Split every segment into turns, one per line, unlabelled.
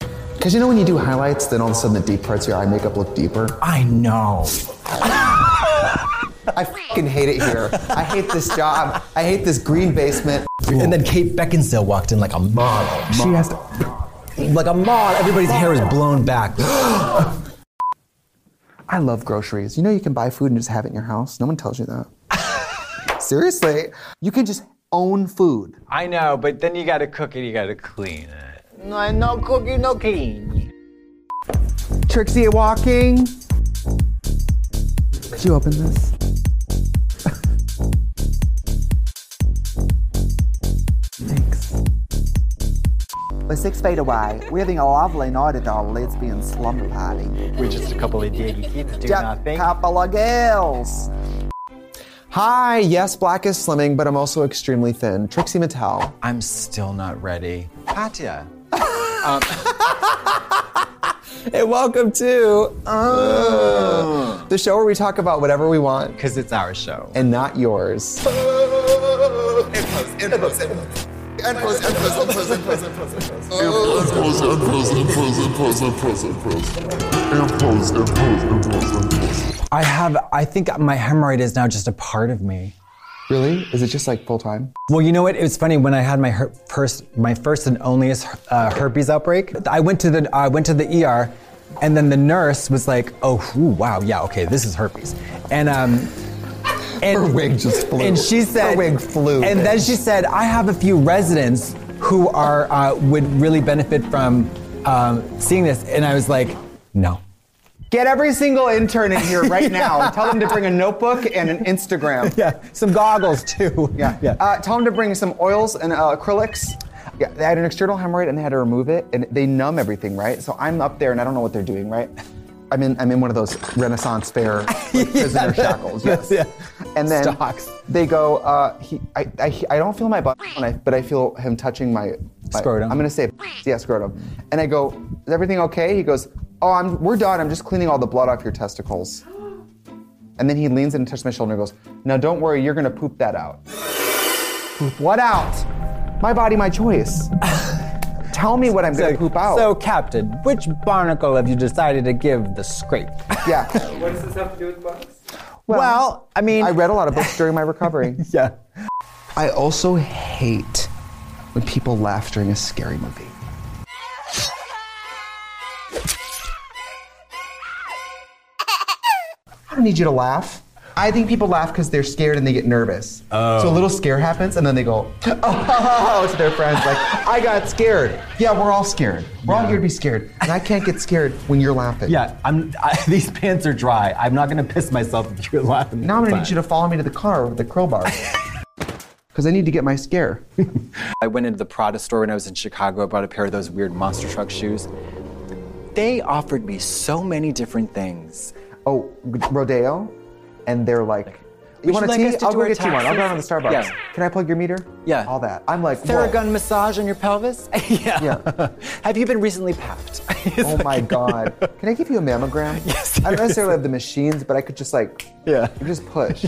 Because you know when you do highlights, then all of a sudden the deep parts of your eye makeup look deeper.
I know.
I fucking hate it here. I hate this job. I hate this green basement.
And then Kate Beckinsale walked in like a model.
She has to.
Like a model. Everybody's hair is blown back.
I love groceries. You know you can buy food and just have it in your house. No one tells you that. Seriously, you can just own food.
I know, but then you gotta cook it, you gotta clean it.
No, no cookie, no clean.
Trixie walking. Could you open this? Thanks. We're six feet away. We're having a lovely night at our lesbian slumber party.
We're just a couple of dirty kids doing
Just
our thing.
couple of girls. Hi, yes, black is slimming, but I'm also extremely thin. Trixie Mattel.
I'm still not ready. Katya.
And welcome to uh, the show where we talk about whatever we want
Because it's our show.
and not yours.
Impulse, impulse, impulse, impulse, impulse, impulse. Impulse, impulse, impulse, impulse.
I have, I think my hemorrhoid is now just a part of me.
Really? Is it just like full time?
Well, you know what? It was funny when I had my her- first, my first and onlyest uh, herpes outbreak. I went to the, I went to the ER, and then the nurse was like, "Oh, whew, wow, yeah, okay, this is herpes," and um, and
Her wig just flew.
And she said,
Her wig flew.
And then she said, I have a few residents who are uh, would really benefit from um, seeing this, and I was like, no.
Get every single intern in here right now. Tell them to bring a notebook and an Instagram.
Yeah, some goggles too.
Yeah.
yeah.
Uh, tell them to bring some oils and uh, acrylics. Yeah, they had an external hemorrhoid and they had to remove it, and they numb everything, right? So I'm up there and I don't know what they're doing, right? I'm in, I'm in one of those Renaissance fair like, prisoner shackles. Yes.
yeah.
And then
Stocks.
they go, uh, he, I, I, I don't feel my butt, and I, but I feel him touching my, my-
Scrotum.
I'm going to say, yeah, scrotum. And I go, is everything okay? He goes, oh, I'm, we're done. I'm just cleaning all the blood off your testicles. And then he leans in and touches my shoulder and goes, Now don't worry, you're gonna poop that out. Poop what out? My body, my choice. Tell me what I'm gonna poop out.
So, Captain, which barnacle have you decided to give the scrape?
yeah.
What does this have to do with books?
Well, I mean,
I read a lot of books during my recovery.
yeah.
I also hate when people laugh during a scary movie. I don't need you to laugh. I think people laugh because they're scared and they get nervous.
Oh.
So a little scare happens and then they go, oh, to their friends, like, I got scared. Yeah, we're all scared. We're all here to be scared. And I can't get scared when you're laughing.
Yeah, I'm. I, these pants are dry. I'm not gonna piss myself if you're laughing.
Now I'm gonna need
But-
you to follow me to the car with the crowbar. Because I need to get my scare.
I went into the Prada store when I was in Chicago. I bought a pair of those weird monster truck shoes. They offered me so many different things.
oh, Rodeo, and they're like, you want a
would you like
tea?
us to
I'll
do
go
our
get you one. I'll go down to the
taxes?
Starbucks.
Yeah.
Can I plug your meter?
Yeah.
All that. I'm like, whoa.
Theragun massage on your pelvis? yeah.
Yeah.
Have you been recently papped? It's
Oh my God. Can I give you a mammogram?
Yes,
I don't necessarily have the machines, but I could just like,
Yeah.
you just push.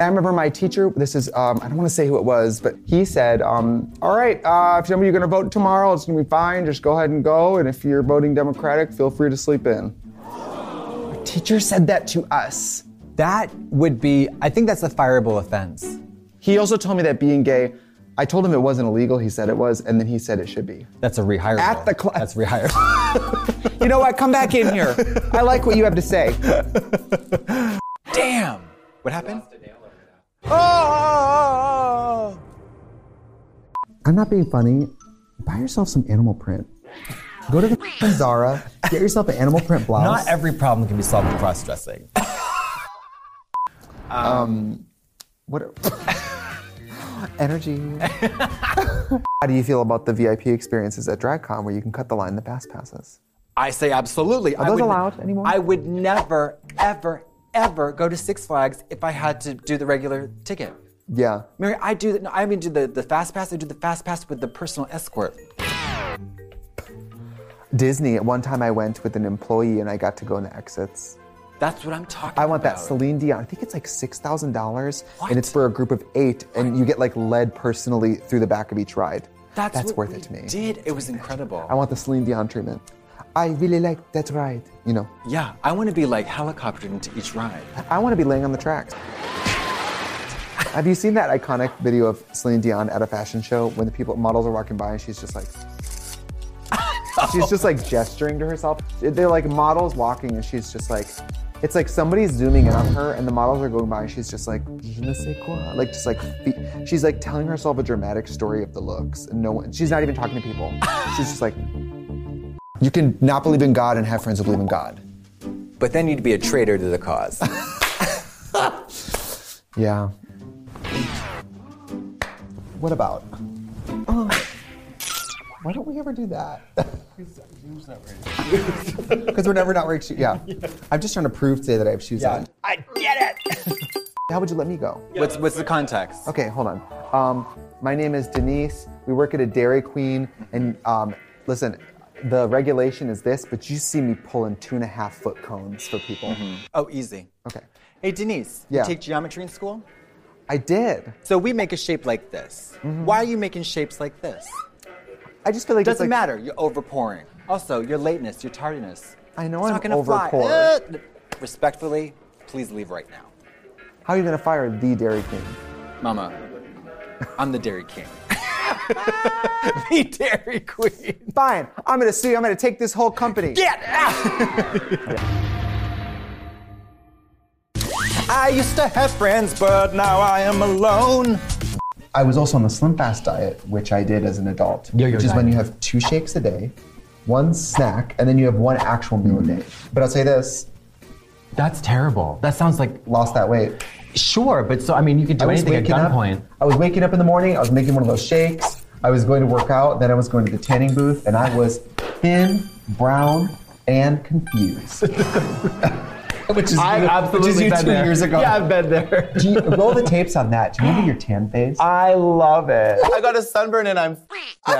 I remember my teacher, this is, um, I don't want to say who it was, but he said, um, all right, uh, if some of you are going to vote tomorrow, it's going to be fine. Just go ahead and go. And if you're voting Democratic, feel free to sleep in. Our teacher said that to us.
That would be. I think that's a fireable offense.
He also told me that being gay, I told him it wasn't illegal. He said it was, and then he said it should be.
That's a rehire.
At the cla-
That's rehire.
You know what? Come back in here. I like what you have to say.
Damn. What happened?
Ah! I'm not being funny. Buy yourself some animal print. Go to the f***ing Zara, get yourself an animal print blouse.
Not every problem can be solved with cross-dressing.
What? Energy. How do you feel about the VIP experiences at DragCon where you can cut the line in the fast passes?
I say absolutely. Are
those allowed anymore?
I would never, ever, ever go to Six Flags if I had to do the regular ticket.
Yeah.
Mary, I do. The, no, I even do the, the fast pass. I do the fast pass with the personal escort.
Disney, at one time I went with an employee and I got to go in the exits.
That's what I'm talking.
I want that
about.
Celine Dion. I think it's like six thousand dollars,
What?
and it's for a group of eight, and you get like led personally through the back of each ride.
That's,
That's
what
worth
we
it to me.
Did it was incredible.
I want the Celine Dion treatment. I really like that ride. You know,
yeah, I want to be like helicoptered into each ride.
I want to be laying on the tracks. Have you seen that iconic video of Celine Dion at a fashion show when the people models are walking by and she's just like, she's just like gesturing to herself. They're like models walking and she's just like, it's like somebody's zooming in on her and the models are going by and she's just like, je ne sais quoi, like just like, fe- she's like telling herself a dramatic story of the looks and no one, she's not even talking to people. She's just like, you can not believe in God and have friends who believe in God.
But then you'd be a traitor to the cause.
Yeah. What about? Oh, why don't we ever do that? Because we're never not wearing shoes. Yeah. I'm just trying to prove today that I have shoes on. I get it. How would you let me go?
what's what's the context?
Okay, hold on. Um, my name is Denise. We work at a Dairy Queen, and um, listen, the regulation is this, but you see me pulling two and a half foot cones for people.
Oh, easy.
Okay.
Hey Denise,
Yeah.
you take geometry in school?
I did.
So we make a shape like this.
Mm-hmm.
Why are you making shapes like this?
I just feel like it's
Doesn't
like,
matter. You're overpouring. Also, your lateness, your tardiness.
I know
it's
I'm
not gonna fly.
overpour.
Uh, respectfully, please leave right now,
How are you gonna fire the Dairy Queen?
Mama. I'm the Dairy King. the Dairy Queen.
Fine, I'm gonna sue you. I'm gonna take this whole company.
Get out! I used to have friends, but now I am alone.
I was also on the Slim Fast diet, which I did as an adult,
Yo-yo
which is when
diet.
you have two shakes a day, one snack, and then you have one actual meal a day. But I'll say this:
That's terrible. That sounds like
lost that weight.
sure, but so I mean, you could do anything at
up.
gunpoint.
I was waking up in the morning. I was making one of those shakes. I was going to work out. Then I was going to the tanning booth, and I was thin, brown, and confused. which is
I've
you-
absolutely
which is you
been
two
there.
years ago.
Yeah, I've been there.
Do you, roll the tapes on that. Do you remember your tan phase?
I love it.
I got a sunburn and I'm.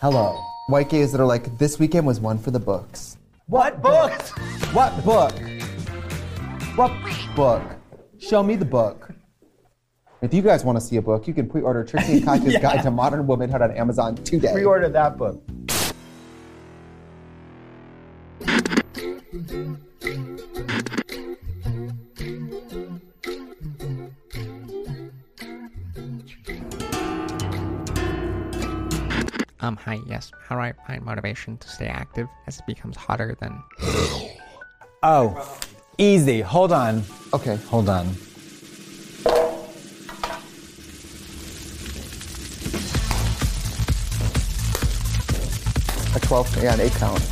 Hello. White gays that are like, this weekend was one for the books.
What books?
What book? What book? Show me the book. If you guys want to see a book, you can pre order Trixie and Katya's Guide to Modern Womanhood on Amazon today.
Pre-order that book.
Um, hi, yes. How do I find motivation to stay active as it becomes hotter than.
Oh, easy. Hold on.
Okay.
Hold on.
A 12, yeah, an 8 count.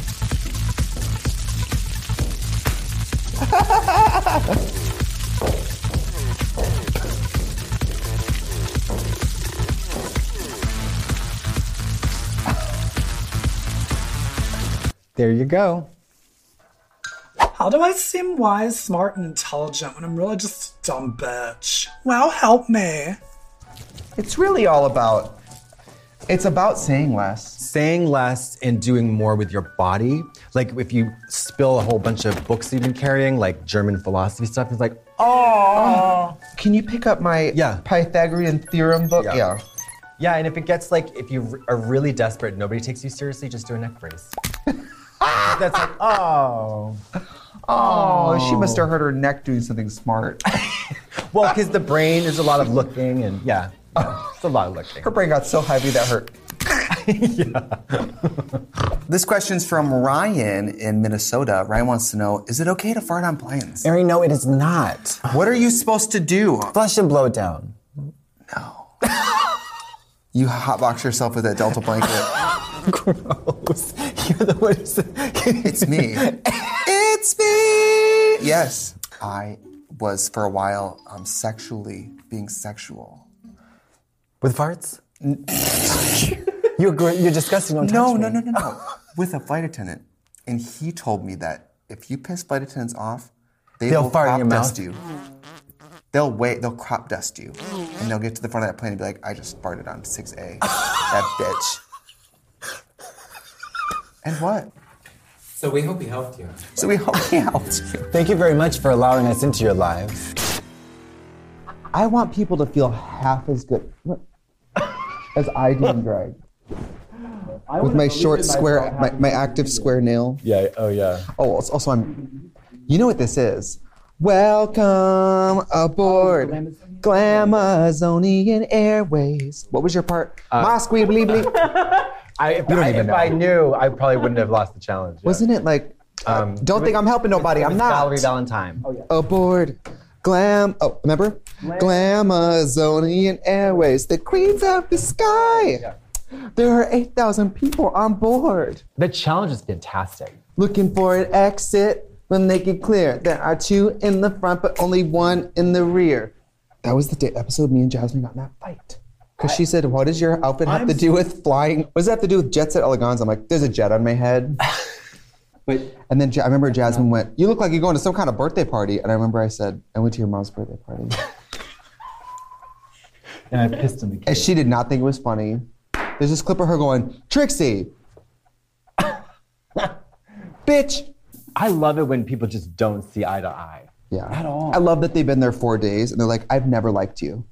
There you go.
How do I seem wise, smart, and intelligent when I'm really just a dumb bitch? Well, help me.
It's really all about. It's about saying less.
Saying less and doing more with your body. Like if you spill a whole bunch of books you've been carrying, like German philosophy stuff, it's like, oh.
Can you pick up my
Yeah.
Pythagorean theorem book?
Yeah.
yeah.
Yeah, and if it gets like, if you are really desperate, nobody takes you seriously, just do a neck brace. That's like, oh.
Oh, she must have hurt her neck doing something smart.
Well, because the brain is a lot of looking and yeah, yeah, it's a lot of looking.
Her brain got so heavy that hurt. this question's from Ryan in Minnesota. Ryan wants to know Is it okay to fart on blinds?
Mary, no, it is not.
What are you supposed to do?
Flush and blow it down.
You hotbox yourself with that Delta blanket.
Gross. You're the one who said-
It's me. it's me. Yes, I was for a while um, sexually being sexual.
With farts? you're, gr- you're disgusting. Don't
No,
touch
no,
me.
no, no, no. With a flight attendant. And he told me that if you piss flight attendants off, they
They'll
will
fart in
crop
your mouth.
dust you. They'll wait, they'll crop dust you. And they'll get to the front of that plane and be like, I just farted on 6A. that bitch. And what?
So we hope he helped you.
So we hope he helped you.
Thank you very much for allowing us into your lives.
I want people to feel half as good as I do in drag. With my short square, my, my active square nail.
Yeah. Oh yeah.
Oh, als- also I'm. You know what this is? Welcome aboard Glamazonian Airways. What was your part?
Uh,
Mosque, blee blee.
I, if, I,
even
if
know.
I knew, I probably wouldn't have lost the challenge. yeah.
Wasn't it like? uh,
Um,
don't think I'm helping nobody. I'm not.
Valerie Valentine. Oh yeah.
aboard Glam. Oh, remember? Glamazonian Airways, the queens of the sky. There are 8,000 people on board
The challenge is fantastic.
looking for an exit when they get clear. There are two in the front, but only one in the rear. That was the day, episode me and Jasmine got in that fight. Because she said, What does your outfit have to do with flying? What does it have to do with Jet Set Elegance? I'm like, There's a jet on my head.
But
And then Ja- I remember Jasmine went, You look like you're going to some kind of birthday party. And I remember I said, I went to your mom's birthday party.
And I pissed in the
And
cake.
she did not think it was funny. There's this clip of her going, Trixie! Bitch!
I love it when people just don't see eye to eye.
Yeah. At all. I love that they've been there four days and they're like, I've never liked you.